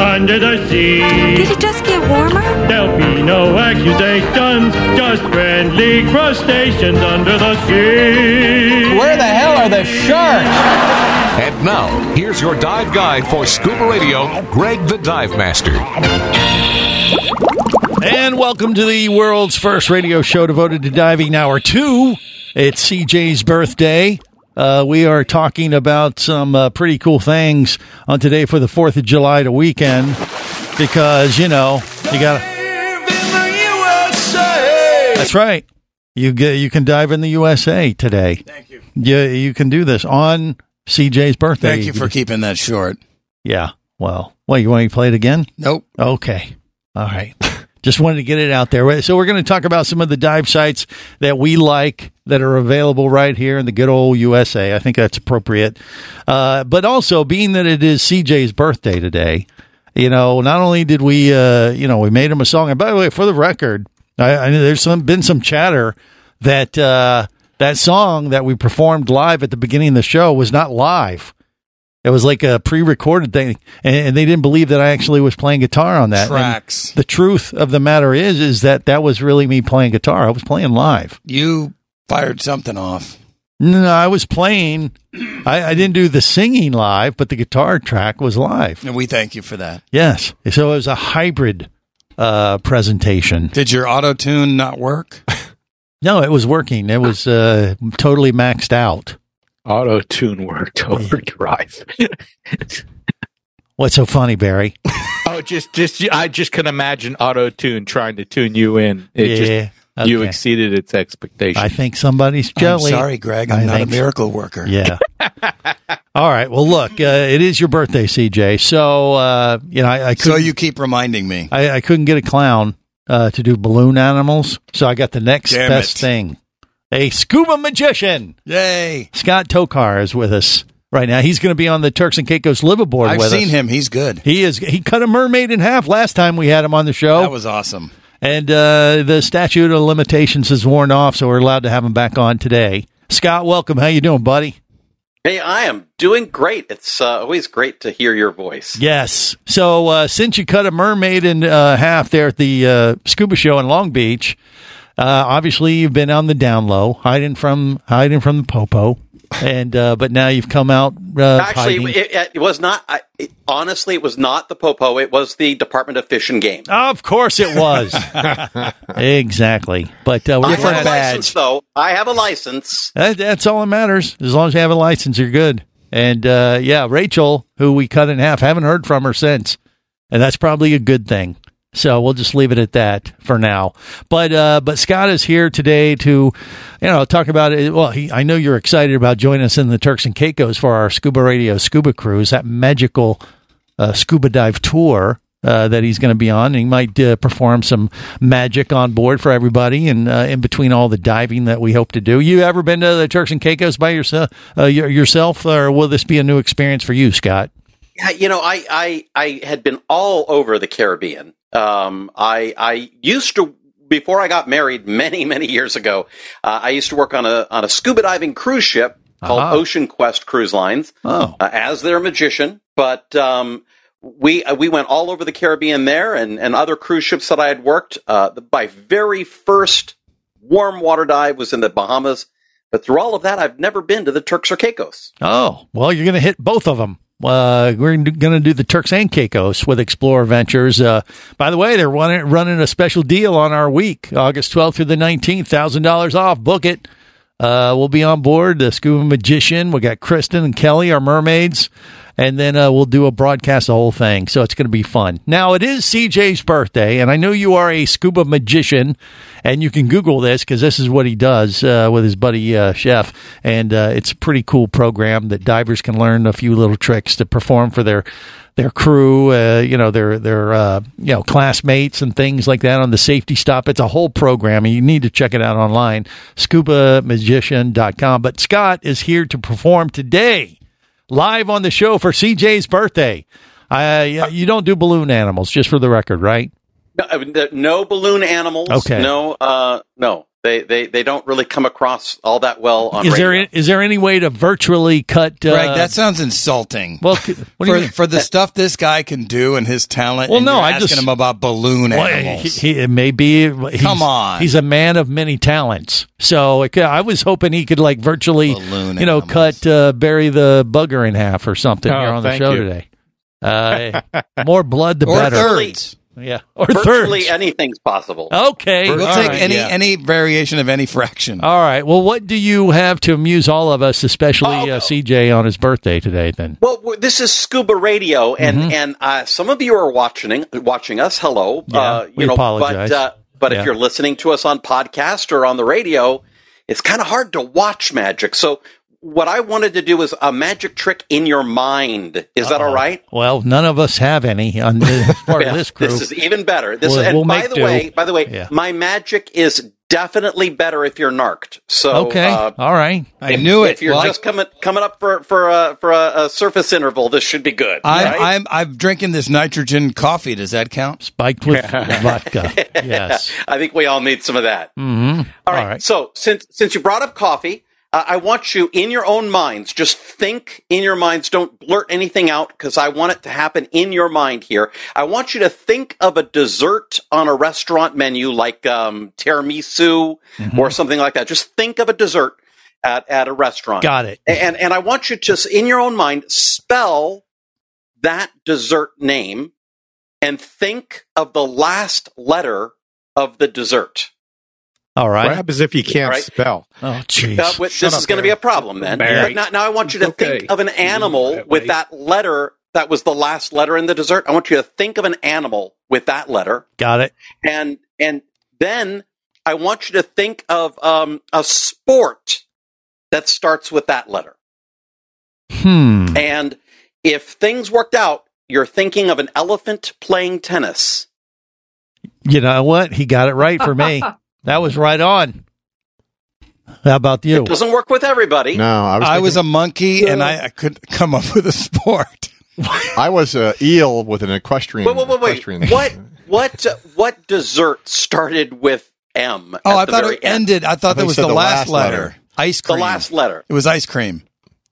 under the sea. Did it just get warmer? There'll be no accusations, just friendly crustaceans under the sea. Where the hell are the sharks? And now, here's your dive guide for scuba radio, Greg the Dive Master. And welcome to the world's first radio show devoted to diving hour two. It's CJ's birthday. Uh, we are talking about some uh, pretty cool things on today for the 4th of July to weekend because, you know, you got to. That's right. You get, you can dive in the USA today. Thank you. Yeah, you can do this on CJ's birthday. Thank you for keeping that short. Yeah. Well, wait, you want me to play it again? Nope. Okay. All right. Just wanted to get it out there. So we're going to talk about some of the dive sites that we like that are available right here in the good old USA. I think that's appropriate. Uh, but also, being that it is CJ's birthday today, you know, not only did we, uh, you know, we made him a song. And by the way, for the record, I, I know there's some been some chatter that uh, that song that we performed live at the beginning of the show was not live. It was like a pre-recorded thing, and, and they didn't believe that I actually was playing guitar on that. And Tracks. the truth of the matter is, is that that was really me playing guitar. I was playing live. You fired something off. No, I was playing. I, I didn't do the singing live, but the guitar track was live. And we thank you for that. Yes, so it was a hybrid uh, presentation. Did your auto tune not work? No, it was working. It was uh, totally maxed out. Auto tune worked overdrive. What's so funny, Barry? oh, just just I just can imagine auto tune trying to tune you in. It Yeah, just you okay. exceeded its expectation. I think somebody's jelly. I'm sorry, Greg. I'm I not a think so. miracle worker. Yeah. All right. Well, look, uh, it is your birthday, CJ. So uh, you know, I, I So couldn't, you keep reminding me. I, I couldn't get a clown uh, to do balloon animals, so I got the next Damn best it. thing: a scuba magician. Yay. Scott Tokar is with us right now. He's going to be on the Turks and Caicos liveaboard I've with seen us. him. He's good. He is. He cut a mermaid in half last time we had him on the show, That was awesome. and uh, the statute of limitations has worn off, so we're allowed to have him back on today. Scott, welcome. How you doing, buddy? Hey, I am doing great. It's uh, always great to hear your voice. Yes. So uh, since you cut a mermaid in uh, half there at the uh, scuba show in Long Beach, uh, obviously you've been on the down low, hiding from hiding from the popo, and uh, but now you've come out. Uh, hiding. Actually, it, it was not. I, it, honestly, it was not the Popo. It was the Department of Fish and Game. Of course it was. exactly. But uh, we're I have glad- a license, though. I have a license. That, that's all that matters. As long as you have a license, you're good. And uh, yeah, Rachel, who we cut in half, haven't heard from her since, and that's probably a good thing. So we'll just leave it at that for now. But uh, but Scott is here today to, you know, talk about it. Well, he, I know you're excited about joining us in the Turks and Caicos for our scuba radio scuba cruise, that magical uh, scuba dive tour uh, that he's going to be on. He might uh, perform some magic on board for everybody, and uh, in between all the diving that we hope to do. You ever been to the Turks and Caicos by yourself, uh, your, yourself, or will this be a new experience for you, Scott? Yeah, You know, I, I I had been all over the Caribbean. Um, I I used to before I got married many many years ago. Uh, I used to work on a on a scuba diving cruise ship called Aha. Ocean Quest Cruise Lines. Oh, uh, as their magician. But um, we uh, we went all over the Caribbean there, and, and other cruise ships that I had worked. Uh, the, my very first warm water dive was in the Bahamas, but through all of that, I've never been to the Turks or Caicos. oh, well, you're going to hit both of them. Uh, we're going to do the Turks and Caicos with Explorer Ventures. Uh, by the way, they're running, running a special deal on our week, August 12th through the 19th, $1,000 off. Book it. Uh, we'll be on board the scuba magician. We got Kristen and Kelly, our mermaids, and then uh, we'll do a broadcast of the whole thing. So it's going to be fun. Now it is CJ's birthday, and I know you are a scuba magician, and you can Google this because this is what he does uh, with his buddy uh, Chef, and uh, it's a pretty cool program that divers can learn a few little tricks to perform for their their crew, uh, you know, their their uh, you know classmates and things like that on the safety stop. It's a whole program. and You need to check it out online, scubamagician.com. But Scott is here to perform today, live on the show for CJ's birthday. Uh, you- you don't do balloon animals, just for the record, right? No, I mean, there- no balloon animals. Okay. No, uh, no. They, they they don't really come across all that well on Is radio. there is there any way to virtually cut? Uh, Greg, that sounds insulting. well, c- what do for, you mean? for the stuff this guy can do and his talent. Well, and no, you're I asking just- him about balloon Well, animals. He, he, it may be. he's- Come on. he's a man of many talents. So it, could- I was hoping he could like virtually, Balloon you know, animals. cut uh, bury the bugger in half or something Oh, here on the thank show you. today. Uh, more blood, the or better. thirds. Yeah, or Virtually thirds. Oh. anything's possible. Okay. We'll all take right. Oh, any yeah. any variation of any fraction. All right. Well, what do you have to amuse all of us, especially uh, CJ on his birthday today? Then Well, w- this is Scuba Radio, and Mm-hmm. and uh, some of you are watching watching us. Hello, Yeah, uh, you we know, apologize. but uh, but Yeah. if you're listening to us on podcast or on the radio, it's kind of hard to watch magic. So, what I wanted to do is a magic trick in your mind. Is Uh-huh. that all right? Well, none of us have any on the part Yeah, of this crew. is even better. This We'll- and we'll by make the do. way, by the way, Yeah. my magic is definitely better if you're narked. So okay. uh, all right. I knew it. if you're Well, I- just coming coming up for for uh, for a, a surface interval, this should be good. I, right? I'm I'm drinking this nitrogen coffee. Does that count? Spiked with vodka. Yes. I think we all need some of that. All right. All right. So since since you brought up coffee, uh, I want you in your own minds. Just think in your minds. Don't blurt anything out because I want it to happen in your mind here. I want you to think of a dessert on a restaurant menu, like um, tiramisu Mm-hmm. or something like that. Just think of a dessert at at a restaurant. Got it. And and I want you to s- in your own mind spell that dessert name and think of the last letter of the dessert. All right. What happens if you can't Right. spell? Oh, jeez. Uh, wait, this up, is going to be Barry. a problem then. Barry. But now, now I want you to Okay. think of an animal that way. with that letter that was the last letter in the dessert. I want you to think of an animal with that letter, Got it. and and then I want you to think of um, a sport that starts with that letter. Hmm. And if things worked out, you're thinking of an elephant playing tennis. You know what? He got it right for me. that was right on. How about you? Doesn't work with everybody. No, I was. I I was a monkey and I, I couldn't come up with a sport. was, I was Uh, a eel with an equestrian. Wait, wait, wait, wait. equestrian- What what uh, what dessert started with M? at Oh, I the thought very it end? ended. I thought I that think was so, the, last, letter. Ice The cream. last letter. It was ice cream.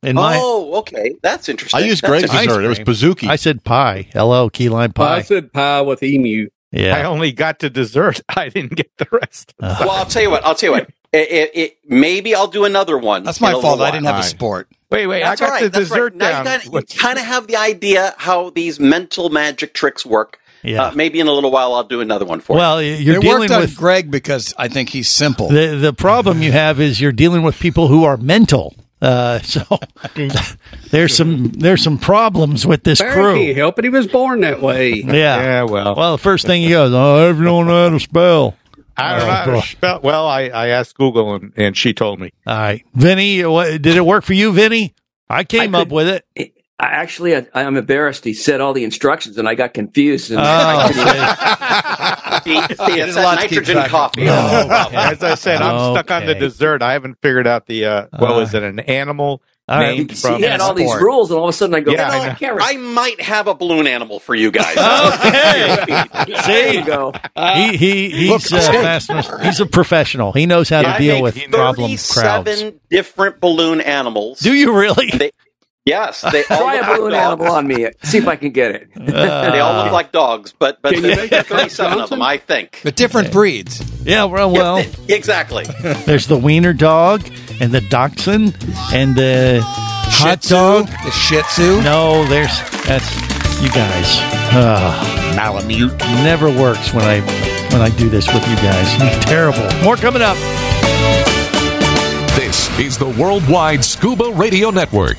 In my, oh, okay, that's interesting. I used That's Greg's interesting. dessert. It was Pazuki. I said pie. Hello, key lime I pie. said pie with emu. I Yeah. Uh, only got to dessert. I didn't get the rest. Well, I'll tell you what. I'll tell you what. It, it, it, maybe I'll do another one. That's my in a fault. little I didn't while. have a Aye. sport. Wait, wait. That's I all got right. the that's dessert right. Now down. you, got, you kind of have the idea how these mental magic tricks work. Yeah. Uh, maybe in a little while, I'll do another one for you. Well, you're it dealing worked on with Greg because I think he's simple. the the problem you have is you're dealing with people who are mental. Uh, so there's some there's some problems with this Barry can't crew. help it. He was born that way. Yeah. yeah, well, Well, the first thing he goes, oh, everyone know how to spell. I don't know. how to oh, boy. spell- Well, I, I asked Google and, and she told me. All right, Vinny, what, did it work for you, Vinny? I came I up could- with it. I actually, I, I'm embarrassed. He said all the instructions, and I got confused. And Oh, see. see, see, it's a lot that to keep nitrogen track of. coffee. Oh, okay. As I said, I'm stuck on the Okay. dessert. I haven't figured out the uh, well. is it an animal All right. named he from? had all these sport. rules, and all of a sudden I go, Yeah, "No, I I, know. can't. I might have a balloon animal for you guys. Okay. there See, you go. he, he he's uh, fast, he's a professional. He knows how I to deal made with 37 problem crowds. different balloon animals. Do you really? They- yes, they all Try look a balloon like dogs. animal on me. See if I can get it. They all Uh, look like dogs, but but Can you there's make that 37 of Johnson? them, I think. the different breeds. yeah. Well, well, exactly. there's the wiener dog and the dachshund and the hot Shih Tzu, dog. The Shih Tzu. No, there's that's you guys. Uh, Malamute never works when I when I do this with you guys. terrible. More coming up. This is the Worldwide Scuba Radio Network.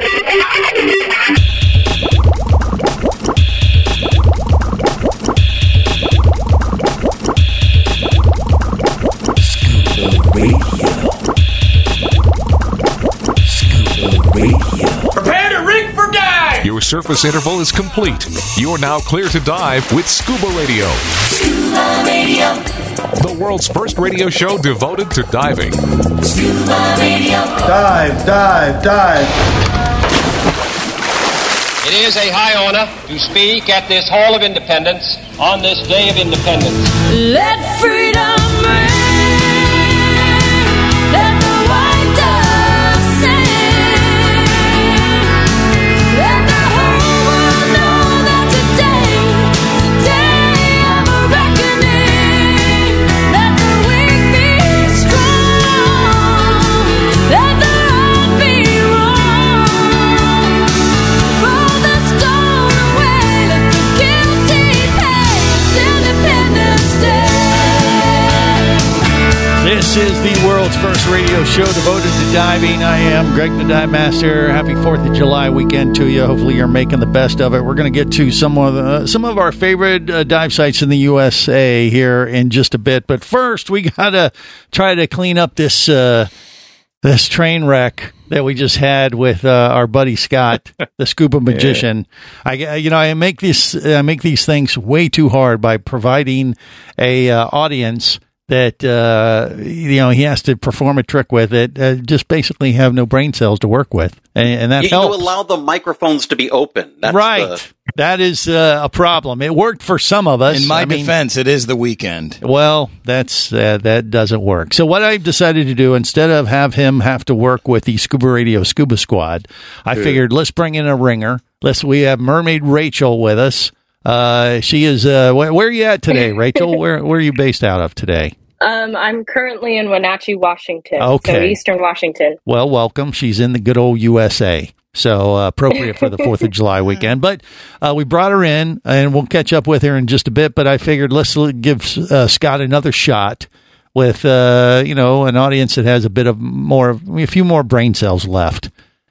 Prepare to rig for dive! Your surface interval is complete. You're now clear to dive with Scuba Radio, Scuba Radio, the world's first radio show devoted to diving. Scuba Radio. Dive, dive, dive. It is a high honor to speak at this Hall of Independence on this day of independence. Let freedom This is the world's first radio show devoted to diving. I am Greg the Dive Master. Happy 4th of July weekend to you. Hopefully, you're making the best of it. We're going to get to some of, the, some of our favorite uh, dive sites in the USA here in just a bit. But first, we got to try to clean up this, uh, this train wreck that we just had with uh, our buddy Scott, the scuba magician. I you know I make this I make these things way too hard by providing a uh, audience that uh, you know he has to perform a trick with it. Uh, just basically have no brain cells to work with, and, and that you, you helps. allow the microphones to be open. That's right. the- that is uh, a problem. It worked for some of us. In my I mean- defense, it is the weekend. well, that's uh, that doesn't work. So what I've decided to do instead of have him have to work with the Scuba Radio Scuba Squad, I Yeah. figured let's bring in a ringer. Let's we have Mermaid Rachel with us. Uh, she is. Uh, where, where are you at today, Rachel? where where are you based out of today? Um, I'm currently in Wenatchee, Washington. So Okay. Eastern Washington. Well, welcome. She's in the good old USA. So uh, appropriate for the 4th of July weekend. But uh, we brought her in and we'll catch up with her in just a bit. But I figured let's l- give uh, Scott another shot with, uh, you know, an audience that has a bit of more, a few more brain cells left.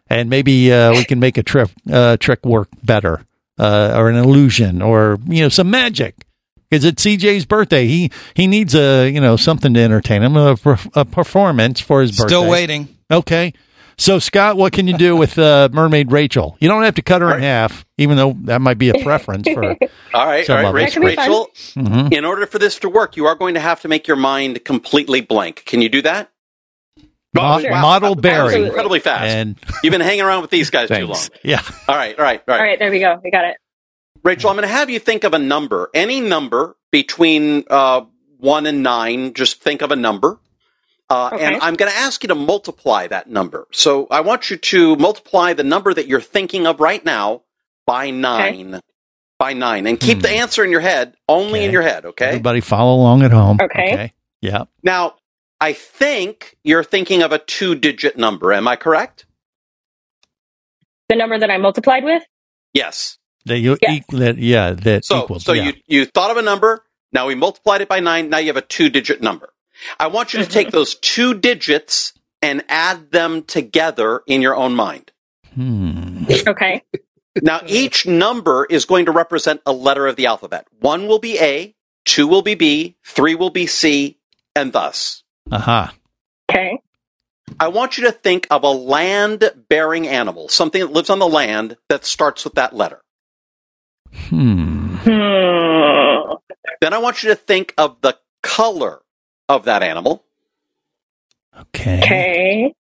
And maybe uh, we can make a trip, uh, trick work better uh, or an illusion or, you know, some magic. Because it's CJ's birthday. He he needs a, you know, something to entertain him, a, per- a performance for his birthday. Still waiting. Okay. So, Scott, what can you do with uh, Mermaid Rachel? You don't have to cut her in half, even though that might be a preference for. All right, Some all of right, it. That Rachel. could be fun. Rachel Mhm. In order for this to work, you are going to have to make your mind completely blank. Can you do that? Mo- Sure. Model Barry. Incredibly fast. And You've been hanging around with these guys too long. yeah. All right, all right, all All right. right, there we go. We got it. Rachel, I'm going to have you think of a number, any number between uh, one and nine. Just think of a number. Uh, Okay. And I'm going to ask you to multiply that number. So I want you to multiply the number that you're thinking of right now by nine. By nine. And keep the answer in your head, only in your head, okay? Everybody follow along at home. Okay. Yeah. Now, I think you're thinking of a two digit number. Am I correct? The number that I multiplied with? Yes. That you eq- that yeah, that So, equals. so yeah. you, you thought of a number. Now we multiplied it by nine. Now you have a two digit number. I want you to take those two digits and add them together in your own mind. Hmm. Okay. Now each number is going to represent a letter of the alphabet. One will be A, two will be B, three will be C, and thus. Aha. Okay. I want you to think of a land bearing animal, something that lives on the land that starts with that letter. Hmm. Then I want you to think of the color of that animal. Okay. Okay.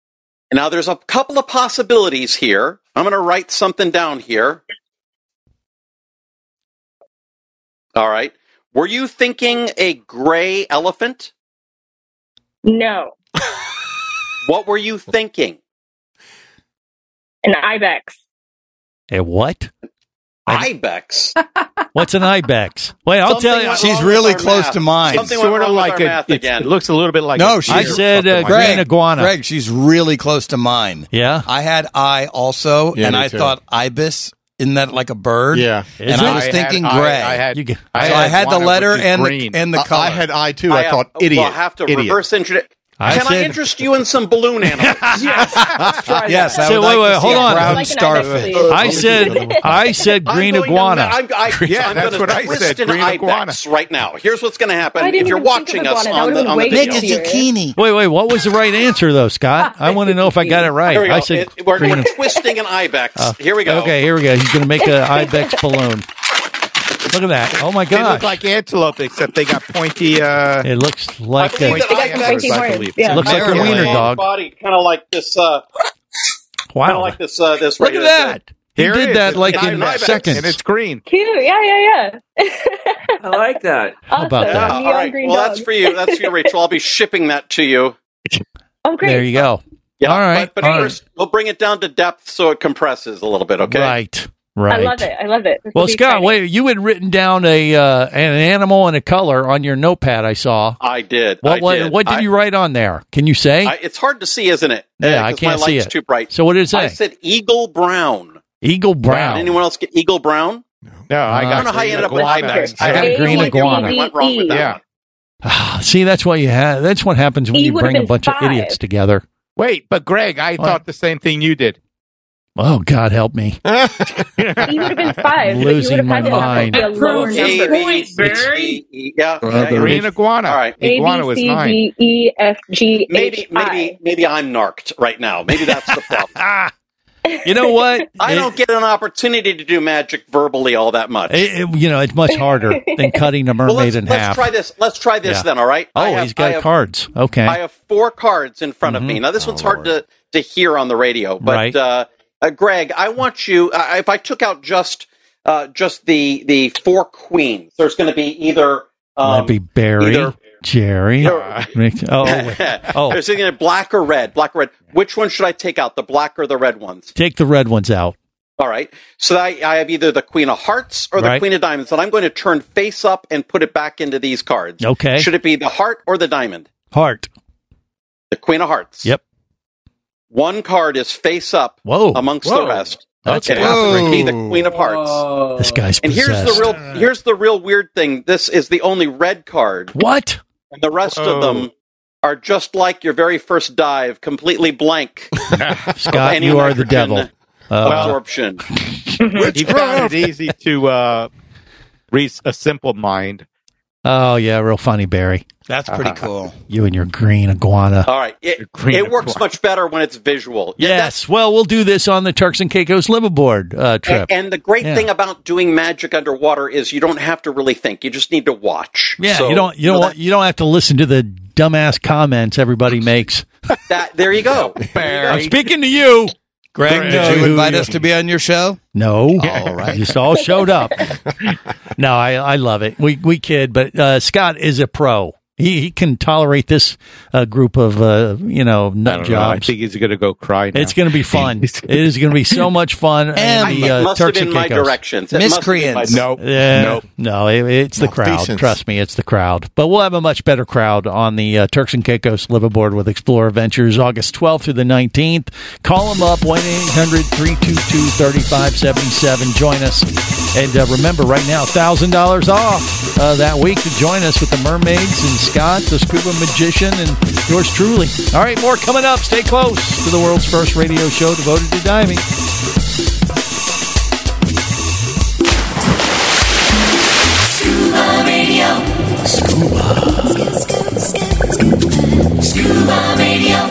Now there's a couple of possibilities here. I'm going to write something down here. All right. Were you thinking a gray elephant? No. What were you thinking? An ibex. A what? Ibex. What's an ibex? Wait, I'll Something tell you. went She's wrong with really our close math. to mine. Something went Sort of wrong with like our a, math it's- again. It looks a little bit like No, a she's- deer. I said, uh, Something like green that. iguana. Greg, she's really close to mine. Yeah. I had I also, Yeah, and me I too. thought ibis. Isn't that like a bird? Yeah. and Is I it? was I thinking had I- gray. I had- You g- I so I had had the guano, letter which is and the, green. and I- the I color. had I, too. I thought, have, idiot, Oh, Well, I have to idiot. reverse engineer. I Can I said- interest you in some balloon animals? yes. Yes, I So would wait, like to wait, see hold a on. brown Like an starfish. ibex, please. I said- I said green I'm going iguana. To, I'm, I, Yeah, I'm that's gonna what I twist said, an green ibex iguana. Right now, here's what's going to happen. I didn't If you're even think of watching us on iguana. That would've the, been on the way video, easier. Wait, wait. What was the right answer though, Scott? I want to know if I got it right. Here we go. I said It- we're, green- we're twisting an ibex. uh, here we go. Okay, here we go. He's going to make an ibex balloon. Look at that. Oh my They look gosh. like antelope, except they got pointy. Uh, it looks like I believe a- that I got pointy horns, yeah. Looks like a Apparently. wiener dog. Body kind of like this. Uh, kind of Wow. like this. Uh, this. Look right at here. that. He There it did is. that It's like an in ibex, seconds. and it's green. Cute. Yeah, yeah, yeah. I like that. How about Awesome. that? Neon All right. green Well, dog. that's for you. That's for you, Rachel. I'll be shipping that to you. Oh, great. There you go. Yeah, All right. But, but all first, we'll bring it down to depth so it compresses a little bit. Okay. Right. Right. I love it. I love it. This will Well, be Scott, exciting. wait. You had written down a uh, an animal and a color on your notepad. I saw. I did. What I what, did. what did I- you write on there? Can you say? I, it's hard to see, isn't it? Uh, Yeah, I 'cause can't my see light's it. Too bright. So what did it say? I said eagle brown. Eagle Did brown. anyone else get eagle brown? No, I Uh, got. I don't know how you ended up with iguana. ibex. I got don't a know green what iguana. E. went wrong with that Yeah. one. Ah, See, that's what you have. That's what happens when He you would've bring a been bunch of five. idiots together. Wait, but Greg, I What? thought the same thing you did. Oh God, help me! You would have been five. but you Losing would have my had to have mind. a lower A, number. B, C, E. Yeah. yeah, yeah. Green iguana. All right. Iguana was A, mine. B, C, D, E, F, G, Maybe, H, I. maybe, maybe I'm narked right now. Maybe that's the problem. Ah, you know what? I It- don't get an opportunity to do magic verbally all that much. it- it- you know, it's much harder than cutting a mermaid well, let's, in let's half. try this. Let's try this Yeah. then. All right. Oh, I have- he's I got have- cards. Okay. Mm-hmm. Oh, I have four cards in front of me. Now, this one's hard to, to hear on the radio, but Right. uh, uh, Greg, I want you. Uh, if I took out just uh, just the the four queens, there's going to be either That'd um, be Barry, either- Jerry. either- Mick- oh, wait. oh, there's either black or red. Black or red. Which one should I take out? The black or the red ones? take the red ones out. All right. So I, I have either the queen of hearts or the Right. queen of diamonds, and I'm going to turn face up and put it back into these cards. Okay. Should it be the heart or the diamond? Heart. The queen of hearts. Yep. One card is face up Whoa. amongst Whoa. the rest. That's and it tough, happens to be the Ricky. Queen of Hearts. This Uh, guy's And here's possessed. the real here's the real weird thing. This is the only red card, what? and the rest Whoa. of them are just like your very first dive, completely blank. Scott, any you are the nitrogen devil. Uh, absorption. he found it easy to uh, read a simple mind. oh yeah, real funny, Barry. That's pretty Uh-huh. cool. You and your green iguana. All right, it, Queen it of works Hearts. much better when it's visual. Yeah, that's- Yes. Well, we'll do this on the Turks and Caicos liveaboard uh, trip. And, and the great Yeah. thing about doing magic underwater is you don't have to really think. You just need to watch. yeah, So, you don't you don't know, want, you don't have to listen to the dumbass comments everybody makes. That there you go. I'm speaking to you, Greg, did you invite us to be on your show? No, All right. just all showed up. no, I, I love it. We we kid, but uh, Scott is a pro. He, he can tolerate this uh, group of uh, you know I nut don't know. I jobs. think he's going to go cry. Now. It's going to be fun. it is going to be so much fun. And And it the, uh, must have Turks been and my Caicos. directions. It must have been my- Miscreants. Nope. Yeah. Nope. No, it, it's the crowd. Malfeasance. Trust me, it's the crowd. But we'll have a much better crowd on the uh, Turks and Caicos Live Aboard with Explorer Ventures August 12th through the 19th. Call them up, 1 800 322 3577. Join us. And uh, remember, right now, $1,000 off uh, that week to join us with the Mermaids and Scott, the Scuba Magician, and yours truly. All right, more coming up. Stay close to the world's first radio show devoted to diving. Scuba Radio. Scuba. Scuba Radio.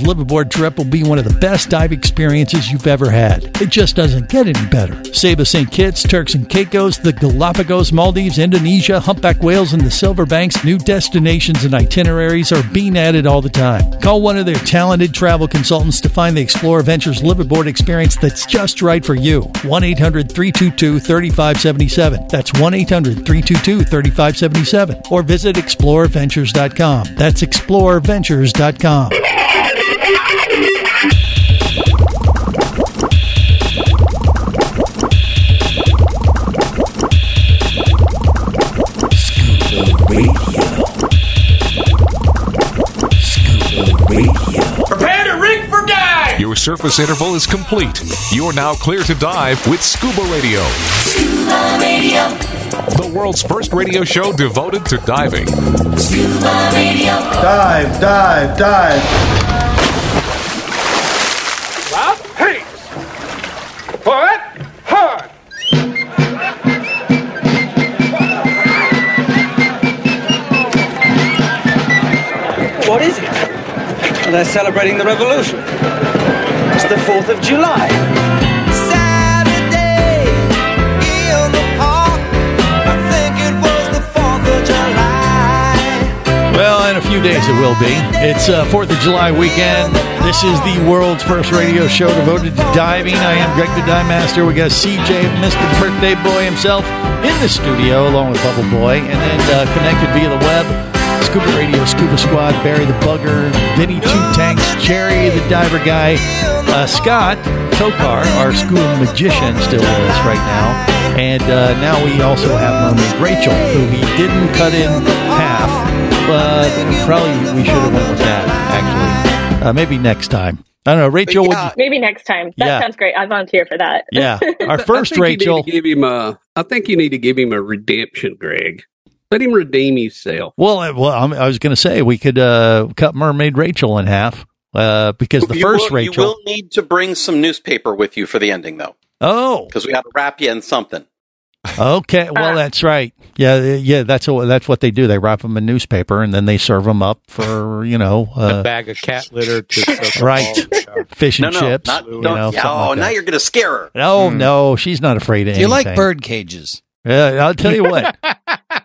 liveaboard trip will be one of the best dive experiences you've ever had. It just doesn't get any better. Save St. Kitts, Turks and Caicos, the Galapagos, Maldives, Indonesia, humpback whales, and the Silver Banks, new destinations and itineraries are being added all the time. Call one of their talented travel consultants to find the Explorer Ventures liveaboard experience that's just right for you. 1 800 322 3577. That's 1 800 322 3577. Or visit exploreventures.com. That's exploreventures.com. Prepare to rig for dive. Your surface interval is complete. You're now clear to dive with Scuba Radio, Scuba Radio. the world's first radio show devoted to diving. Scuba Radio. Dive, dive, dive. Rob Hayes. What? Hard. What is it? Well, they're celebrating the revolution. It's the 4th of July. Saturday in the park. I think it was the 4th of July. Well, in a few days it will be. It's uh, 4th of July weekend. This is the world's first radio show devoted to diving. I am Greg the Dive Master. We got CJ, Mr. Birthday Boy himself, in the studio along with Bubble Boy, and then uh, connected via the web. Scuba Radio, Scuba Squad, Barry the Bugger, Vinny Two Tanks, Jerry the Diver Guy, uh, Scott Tokar, our scuba magician, still with us right now. And uh, now we also have Mermaid Rachel, who we didn't cut in half, but probably we should have went with that, actually. Uh, maybe next time. I don't know. Rachel, would you- Maybe next time. That Yeah. sounds great. I volunteer for that. yeah. Our I first think you need to Rachel. give him a. I think you need to give him a redemption, Greg. Let him redeem himself. Well, I- well, I'm, I was going to say we could uh, cut Mermaid Rachel in half uh, because the You first will- Rachel. You will need to bring some newspaper with you for the ending, though, Oh, because we got to wrap you in something. Okay, Uh. well that's right. Yeah, yeah, that's what that's what they do. They wrap them in newspaper and then they serve them up for you know a uh, bag of cat litter, to right fish and no, no, chips. Not, you don't- know, something yeah, oh, like now that. you're going to scare her. No, oh, no, she's not afraid of Hmm. Do you anything. like bird cages? Yeah, I'll tell you what.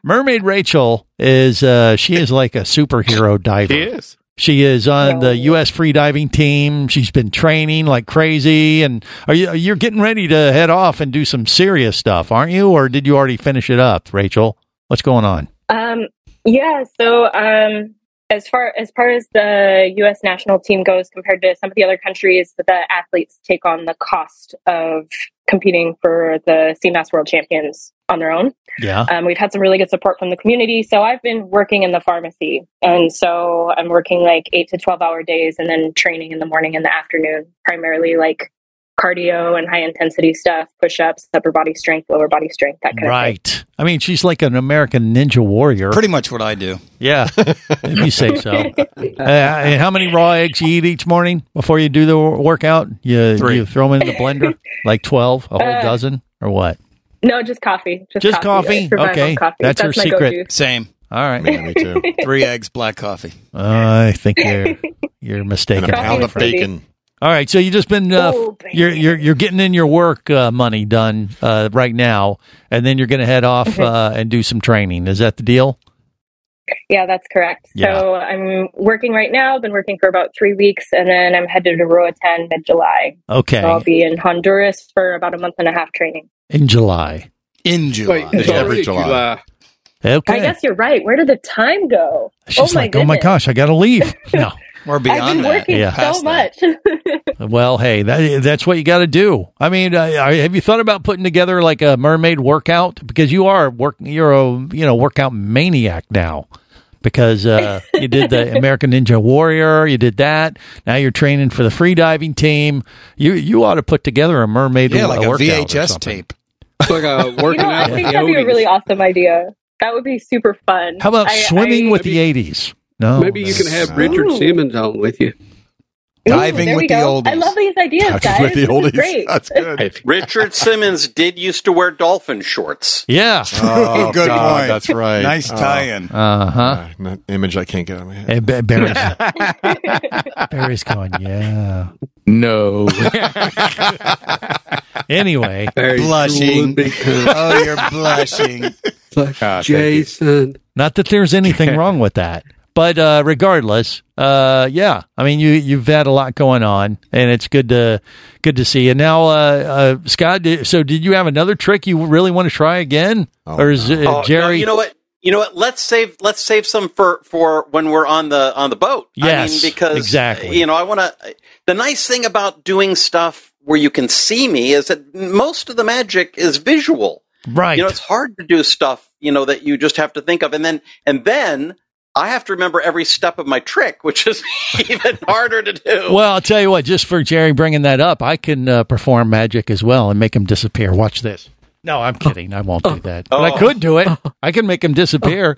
Mermaid Rachel is uh she is like a superhero diver. She is. She is on the US free diving team. She's been training like crazy and are you you're getting ready to head off and do some serious stuff, aren't you? Or did you already finish it up, Rachel? What's going on? Um, yeah. So, um, as far as far as the U.S. national team goes, compared to some of the other countries, the athletes take on the cost of competing for the CMAS World Champions on their own. Yeah. Um, we've had some really good support from the community. So I've been working in the pharmacy, and so I'm working like eight to twelve hour days, and then training in the morning and the afternoon, primarily like cardio and high intensity stuff, push ups, upper body strength, lower body strength, that kind of thing. Right. I mean, she's like an American ninja warrior. Pretty much what I do. Yeah, if you say so. Uh, and how many raw eggs you eat each morning before you do the wor- workout? You, you throw them in the blender, like 12, a whole Uh, dozen, or what? No, just coffee. Just, Just coffee. coffee? Survival Okay. coffee. That's her my secret. go-to. Same. All right. me too. Three eggs, black coffee. I think you're, you're mistaken. And a pound of Friend. bacon. All right, so you just been uh, f- Oh, you're you're you're getting in your work uh, money done uh, right now, and then you're going to head off uh, and do some training. Is that the deal? Yeah, that's correct. So I'm working right now. Been working for about three weeks, and then I'm headed to Roatan mid July. Okay, So I'll be in Honduras for about a month and a half training. in July. In July. it's Yeah, every already July. uh, Okay, I guess you're right. Where did the time go? she's like, oh my goodness. gosh, I got to leave. No, Or I've been working so much. Well, hey, that, that's what you got to do. I mean, uh, I- have you thought about putting together like a mermaid workout? Because you are work, you're a you know workout maniac now. Because uh, you did the American Ninja Warrior, you did that. Now you're training for the freediving team. You you ought to put together a mermaid Yeah, w- like a workout or VHS something. tape. like uh, a you know, I think that'd be a really awesome idea. That would be super fun. How about I- swimming with the '80s? No, Maybe you can have Richard Ooh. Simmons on with you. I, ooh, there we go. I love these ideas, guys. with the This is oldies. great. That's good. Richard Simmons did used to wear dolphin shorts. Yeah. Oh, Good God, point. That's right. Nice Uh, Oh. tie-in. Uh-huh. Uh, an image I can't get out of my head. Hey, Ba- Barry's, Barry's going, yeah. No. anyway, blushing. oh, you're blushing. Ah, Jason. Not that there's anything wrong with that. But uh, regardless, uh, yeah, I mean you you've had a lot going on, and it's good to good to see you now, uh, uh, Scott. Did, so, did you have another trick you really want to try again, or is it Oh, no, Jerry? you know what? You know what? Let's save let's save some for for when we're on the on the boat. Yes, because exactly. You know, I want to. The nice thing about doing stuff where you can see me is that most of the magic is visual. Right. You know, it's hard to do stuff you know that you just have to think of, and then and then I have to remember every step of my trick, which is even harder to do. Well, I'll tell you what. Just for Jerry bringing that up, I can uh, perform magic as well and make him disappear. Watch this. No, I'm kidding. I won't do that. But I could do it. I can make him disappear.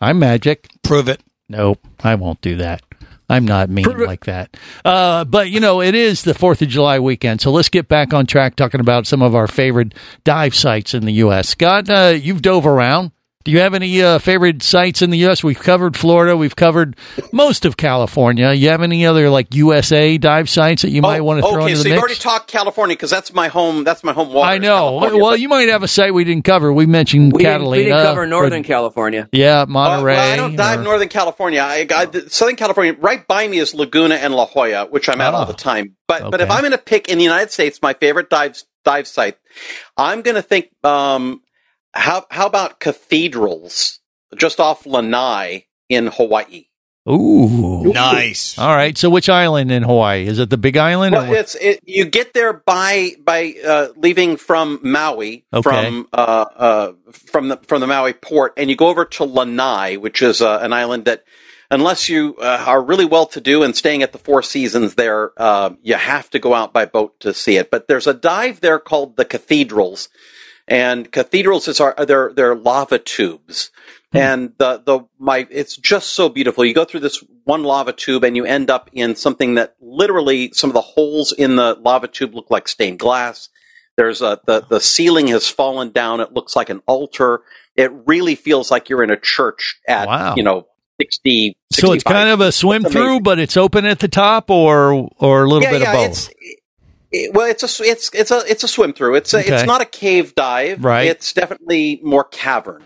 I'm magic. Prove it. Nope, I won't do that. I'm not mean like that. Uh, but, you know, it is the 4th of July weekend. So let's get back on track talking about some of our favorite dive sites in the U.S. Scott, uh, you've dove around. Do you have any uh, favorite sites in the U.S.? We've covered Florida. We've covered most of California. You have any other, like, USA dive sites that you might want to throw Oh, okay, into so the you've mix? already talked California because that's my home. That's my home water. I know. Well, you might have a site we didn't cover. We mentioned We didn't- Catalina. we didn't cover or- Northern Oh, California. Yeah, Monterey. Well, I don't or- dive Oh. Northern California. I, I- Southern California, right by me is Laguna and La Jolla, which I'm at Ah. all the time. But but if I'm going to pick in the United States my favorite dive dive site, I'm going to think um, how how about cathedrals just off Lanai in Hawaii. Ooh, Uh, nice. All right. So, which island in Hawaii is it? The Big Island? or Well, what- it's it, you get there by by uh, leaving from Maui Okay. from uh, uh, from the from the Maui port, and you go over to Lanai, which is uh, an island that, unless you uh, are really well to do and staying at the Four Seasons there, uh, you have to go out by boat to see it. But there's a dive there called the Cathedrals, and cathedrals is our they're they're lava tubes Hmm. and the the my it's just so beautiful you go through this one lava tube and you end up in something that literally some of the holes in the lava tube look like stained glass there's a the the ceiling has fallen down it looks like an altar it really feels like you're in a church at Wow. you know 60 so it's 65 kind of a swim through, but it's open at the top, or or a little Yeah, bit yeah, of both. it's- it- well, it's a it's it's a it's a swim through. It's a, Okay. it's not a cave dive. Right. It's definitely more cavern.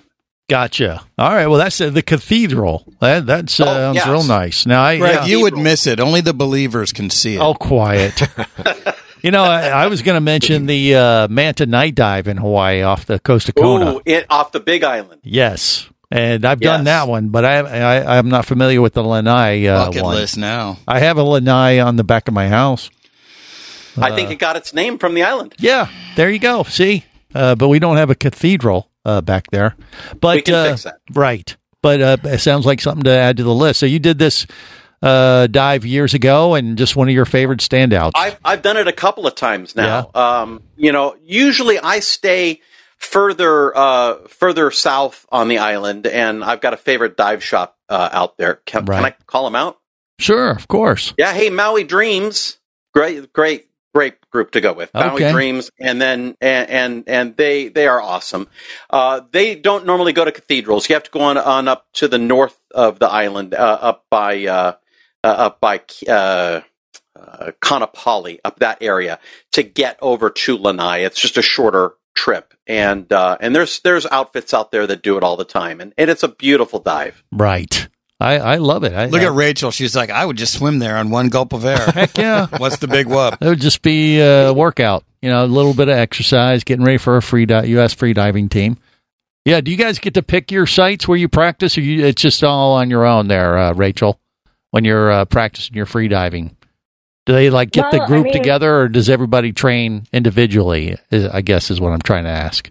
Gotcha. All right. Well, that's uh, the cathedral. That that sounds yes. real nice. Now, I Greg, yeah. you would miss it. Only the believers can see it. Oh, quiet. you know, I, I was going to mention the uh, Manta night dive in Hawaii off the coast of Kona. Ooh, it off the Big Island. Yes, and I've done that one, but I, I I'm not familiar with the Lanai uh, Bucket one. list now. I have a lanai on the back of my house. I Uh. think it got its name from the island. Yeah, there you go. See, uh, but we don't have a cathedral uh, back there. But We can uh, fix that. right. But uh, it sounds like something to add to the list. So you did this uh, dive years ago and just one of your favorite standouts? I've I've done it a couple of times now. Um, you know, usually I stay further uh, further south on the island, and I've got a favorite dive shop uh, out there. Can, can I call them out? sure, of course. Yeah. Hey, Maui Dreams. Great, great, great group to go with. Maui Okay. Dreams, and then and and, and they they are awesome. Uh, they don't normally go to cathedrals. You have to go on on up to the north of the island, uh, up by uh, uh, up by uh, uh, Kanapali, up that area to get over to Lanai. It's just a shorter trip, and uh, and there's there's outfits out there that do it all the time, and, and it's a beautiful dive. Right. I, I love it. I, Look I- at Rachel. She's like, I would just swim there on one gulp of air. Heck yeah. What's the big whoop? It would just be a workout, you know, a little bit of exercise, getting ready for a free di- U.S. free diving team. Yeah, do you guys get to pick your sites where you practice, or you, it's just all on your own there, uh, Rachel? When you're uh, practicing your free diving, do they like get Well, the I group mean- together, or does everybody train individually? Is, I guess is what I'm trying to ask.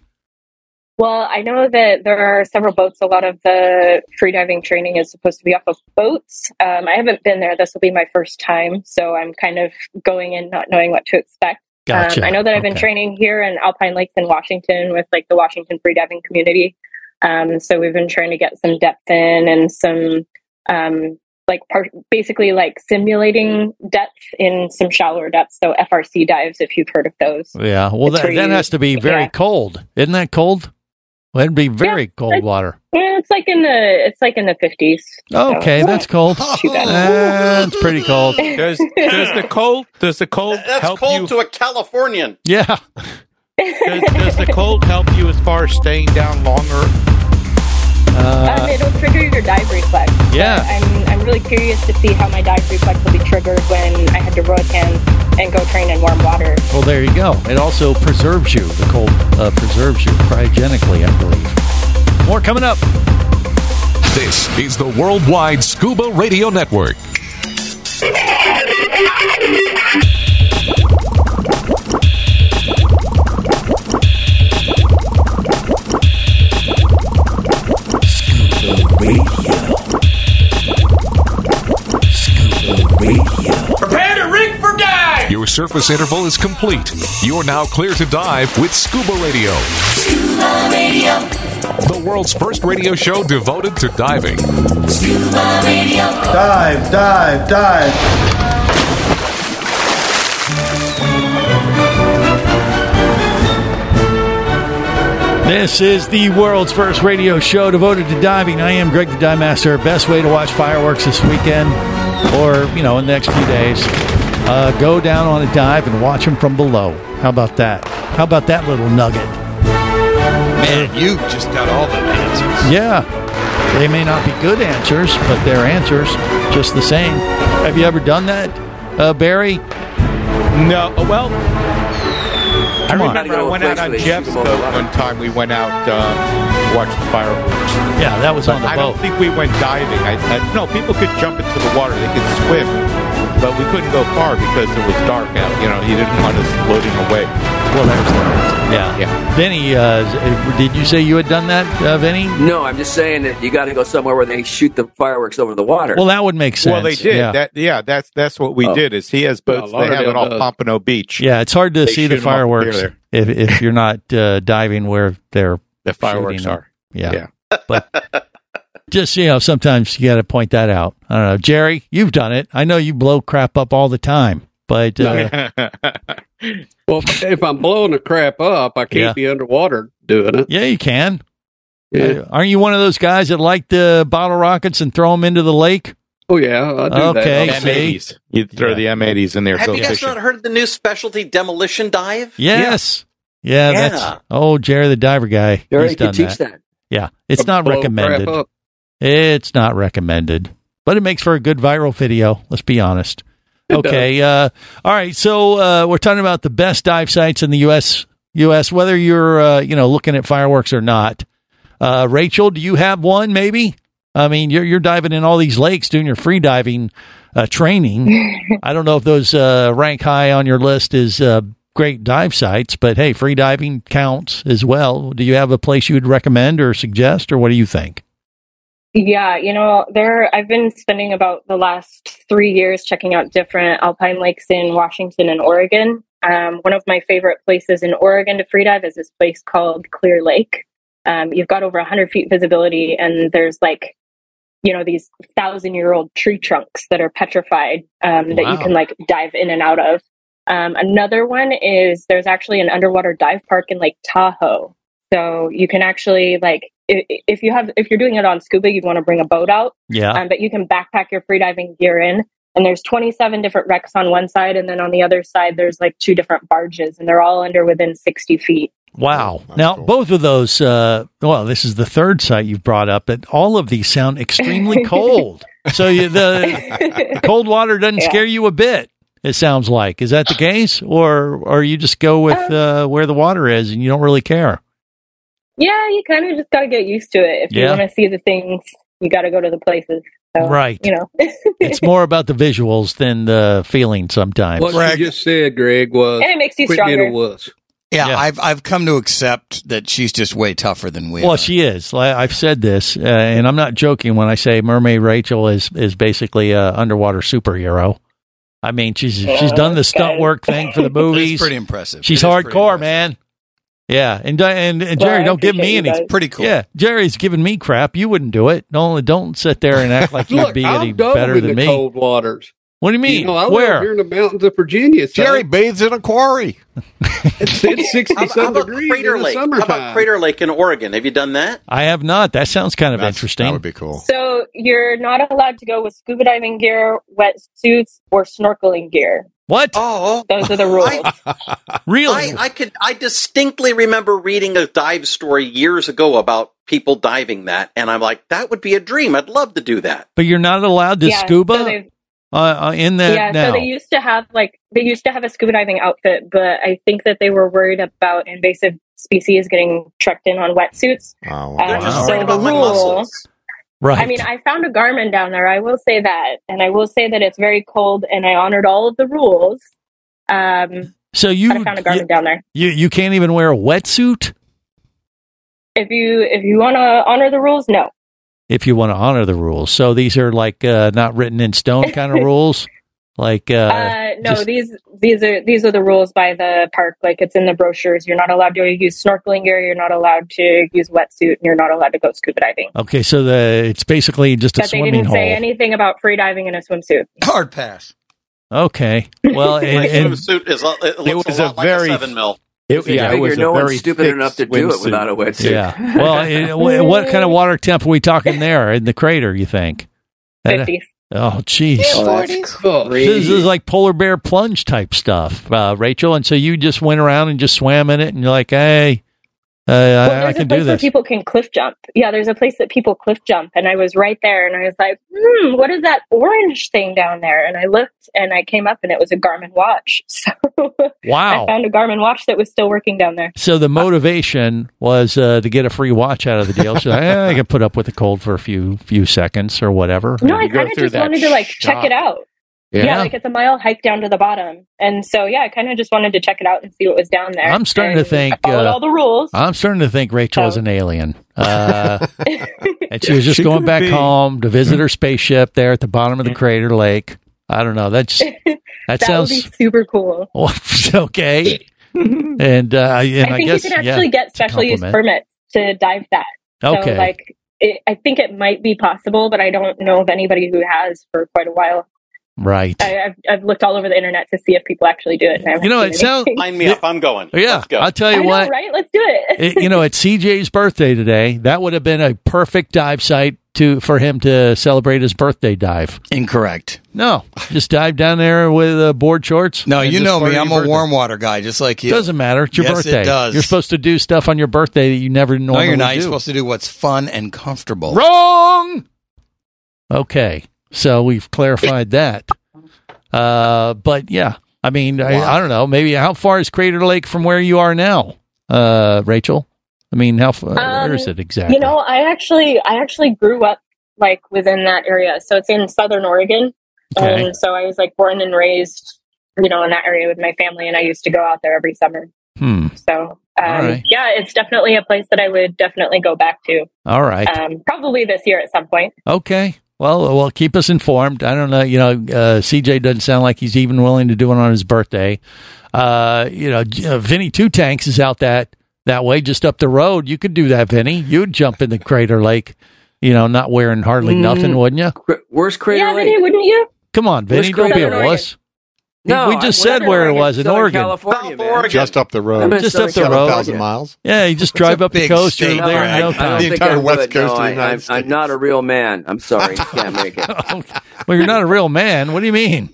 Well, I know that there are several boats. A lot of the freediving training is supposed to be off of boats. Um, I haven't been there. This will be my first time, so I'm kind of going in not knowing what to expect. Gotcha. Um, I know that I've been Okay. training here in Alpine Lakes in Washington with like the Washington freediving community. Um, so we've been trying to get some depth in and some um, like par- basically like simulating depth in some shallower depths. So FRC dives, if you've heard of those. Yeah, well, It's that, where that you- has to be very yeah. cold, isn't that cold? Well, it'd be very cold it's- water. Yeah, it's like in the it's like in the fifties. Okay, that's cold. That's pretty cold. Does does the cold does the cold That's help cold you? to a Californian. Yeah. does, does the cold help you as far as staying down longer? Um, it'll trigger your dive reflex. Yeah. But I'm, I'm really curious to see how my dive reflex will be triggered when I head to Roatan and go train in warm water. Well, there you go. It also preserves you. The cold uh, preserves you cryogenically, I believe. More coming up. This is the Worldwide Scuba Radio Network. Prepare to rig for dive! Your surface interval is complete. You're now clear to dive with Scuba Radio, Scuba Radio. the world's first radio show devoted to diving. Scuba Radio. Dive, dive, dive. This is the world's first radio show devoted to diving. I am Greg the Dive Master. Best way to watch fireworks this weekend or, you know, in the next few days, uh, go down on a dive and watch them from below. How about that? How about that little nugget? Man, you just got all the answers. Yeah. They may not be good answers, but they're answers just the same. Have you ever done that, uh, Barry? No. uh, Well, I Come on. remember I went out on Jeff's boat one time. We went out uh, to watch the fireworks. Yeah, that was on the I boat. don't think we went diving. I, I, no, people could jump into the water. They could swim, but we couldn't go far because it was dark out. You know, you didn't want us floating away. Well, there's Yeah. yeah. Vinny, uh, z- did you say you had done that, uh, Vinny? No, I'm just saying that you got to go somewhere where they shoot the fireworks over the water. Well, that would make sense. Well, they did. Yeah, That, yeah, that's that's what we Oh. did. Is he has boats? they have Lauderdale it all does. Pompano Beach. yeah it's hard to They see the shoot 'em up fireworks here, if, if you're not uh, diving where they're The fireworks shooting 'em. are. Yeah. But just, you know, sometimes you got to point that out. I don't know. Jerry, you've done it. I know you blow crap up all the time, but uh, well, if- if I'm blowing the crap up, I can't Yeah. be underwater doing it. yeah, you can. Yeah. Uh, aren't you one of those guys that like the bottle rockets and throw them into the lake? Oh yeah, I do Okay, that. see? M80s. You throw the M80s in there. Have go you guys fishing. not heard of the new specialty demolition dive? Yes. Yeah, Yeah. that's oh Jerry the diver guy. Jerry He's could done teach that. that. Yeah, it's not Blow crap recommended. up. It's not recommended, but it makes for a good viral video. Let's be honest. Okay. Uh, all right. So uh, we're talking about the best dive sites in the U.S. U.S. Whether you're uh, you know looking at fireworks or not. Uh, Rachel, do you have one? Maybe. I mean, you're you're diving in all these lakes doing your free diving uh, training. I don't know if those uh, rank high on your list as uh, great dive sites, but hey, free diving counts as well. Do you have a place you would recommend or suggest, or what do you think? Yeah, you know, there I've been spending about the last three years checking out different alpine lakes in Washington and Oregon. Um, one of my favorite places in Oregon to freedive is this place called Clear Lake. Um, you've got over 100 feet visibility, and there's like, you know, these thousand year old tree trunks that are petrified um, that you Wow. can like dive in and out of. Um, another one is there's actually an underwater dive park in Lake Tahoe. So you can actually like i- i- if you have if you're doing it on scuba, you'd want to bring a boat out. Yeah. Um, but you can backpack your freediving gear in, and there's 27 different wrecks on one side, and then on the other side there's like two different barges, and they're all under within 60 feet. Wow. Now, both of those, uh, well, this is the third site you've brought up, but all of these sound extremely cold. So you, the cold water doesn't Yeah. scare you a bit, it sounds like. Is that the case? Or, or you just go with Um, uh, where the water is and you don't really care? Yeah, you kind of just got to get used to it. If you Yeah. want to see the things, you got to go to the places. So, Right. You know. It's more about the visuals than the feeling sometimes. What you just said, Greg, was And it makes you quit being a stronger. wuss. Yeah, I've I've come to accept that she's just way tougher than we Well, are. she is. Like, I've said this, uh, and I'm not joking when I say Mermaid Rachel is is basically a underwater superhero. I mean, she's she's done the stunt work thing for the movies. It's pretty impressive. She's It is pretty hardcore, man. Yeah, and Di- and, and Jerry, I don't give me appreciate you any. guys. Pretty cool. Yeah, Jerry's giving me crap. You wouldn't do it. Don't don't sit there and act like you'd Look, be I'm any done better with than the me. cold waters. What do you mean? You know, I live Where? here in the mountains of Virginia. so Jerry bathes in a quarry. It's, it's How, how 67 about degrees in Crater the Lake? How summertime. about Crater Lake in Oregon? Have you done that? I have not. That sounds kind of interesting. That would be cool. So you're not allowed to go with scuba diving gear, wetsuits, or snorkeling gear. What? Oh, those are the rules. Really? I, I could. I distinctly remember reading a dive story years ago about people diving that, and I'm like, that would be a dream. I'd love to do that. But you're not allowed to Yeah, so scuba they've- uh, uh, in that yeah, now. so they used to have like they used to have a scuba diving outfit, but I think that they were worried about invasive species getting trucked in on wetsuits. Oh, Um, just so worried the about my rule. right. I mean, I found a Garmin down there. I will say that, and I will say that it's very cold, and I honored all of the rules. Um, so you I found a Garmin down there. you you can't even wear a wetsuit If you if you want to honor the rules, no. if you want to honor the rules. So these are like uh, not written in stone kind of rules. Like uh, Uh, no, just- these these are these are the rules by the park. Like it's in the brochures. You're not allowed to use snorkeling gear. You're not allowed to use wetsuit. And you're not allowed to go scuba diving. okay, so the it's basically just a But they swimming didn't hole. say anything about free diving in a swimsuit. Hard pass. okay, well, and, My and swimsuit is. a- It, looks was a a lot like very- a seven mil. It, You yeah, it figure was a no one's very stupid thick enough to do it swimsuit. without a wetsuit. yeah, well, it, wh- what kind of water temp are we talking there in the crater? You think? That- 50s. Oh, jeez. This Crazy. is like polar bear plunge type stuff, uh, Rachel. And so you just went around and just swam in it, and you're like, "Hey, uh, Well, I, I there's a can place do where this." people can cliff jump. Yeah, there's a place that people cliff jump, and I was right there, and I was like, "Hmm, what is that orange thing down there?" And I looked, and I came up, and it was a Garmin watch. So Wow. I found a Garmin watch that was still working down there. So the motivation was uh, to get a free watch out of the deal. So eh, I can put up with the cold for a few few seconds or whatever. No, I You go kind of through just that wanted to like check it shock. out. Yeah. Yeah. like it's a mile hike down to the bottom, and so yeah, I kind of just wanted to check it out and see what was down there. I'm starting to And think, I followed uh, all the rules. I'm starting to think Rachel is an alien. Uh, and she was just She going could back be. home to visit her spaceship there at the bottom of the crater lake. I don't know. That's that, That, sounds would be super cool. okay. and uh, and I, I think guess you could actually yeah, get it's a special use compliment. permits to dive that. Okay. So, like, it, I think it might be possible, but I don't know of anybody who has for quite a while. Right. I, I've, I've looked all over the internet to see if people actually do it. And I haven't You know, seen it sounds- anything. Line me up. I'm going. Yeah, I'll tell I you know, what. right? Let's do it. it, you know, it's CJ's birthday today. That would have been a perfect dive site to for him to celebrate his birthday dive. Incorrect. No, just dive down there with uh, board shorts. No, and you just know party me. I'm your a birthday. warm water guy, just like you. Doesn't matter. It's your Yes, it birthday. does. You're supposed to do stuff on your birthday that you never No, normally you're not. do. You're supposed to do what's fun and comfortable. Wrong. Okay, so we've clarified that. Uh, but yeah, I mean, I, I don't know. Maybe how far is Crater Lake from where you are now, uh, Rachel? I mean, how far? where is Um, it exactly? You know, I actually, I actually grew up like within that area, so it's in Southern Oregon, Okay. and so I was like born and raised, you know, in that area with my family, and I used to go out there every summer. hmm. So um, All right. yeah, it's definitely a place that I would definitely go back to. All right. Um, probably this year at some point. Okay. Well, well, keep us informed. I don't know. You know, uh, CJ doesn't sound like he's even willing to do it on his birthday. Uh, you know, J- uh, Vinny Two Tanks is out that that way, just up the road. You could do that, Vinny. You'd jump in the Crater Lake. You know, not wearing hardly Mm. nothing, wouldn't you? Where's Crater Yeah, Lake? Vinny, wouldn't you? Come on, Vinny. Where's Don't be Crater a Lake? wuss. No, we just I- said Southern where it Oregon, was in Southern Oregon. California, man. Just up the road. I'm in Just Southern up the road. A thousand miles. Yeah, you just That's drive a up the big coast. state, You're there in Brad. I no don't time. The think entire I would. west coast No, of the I- United I'm, I'm not a real man. I'm sorry, can't make it. Oh, Well, you're not a real man. What do you mean?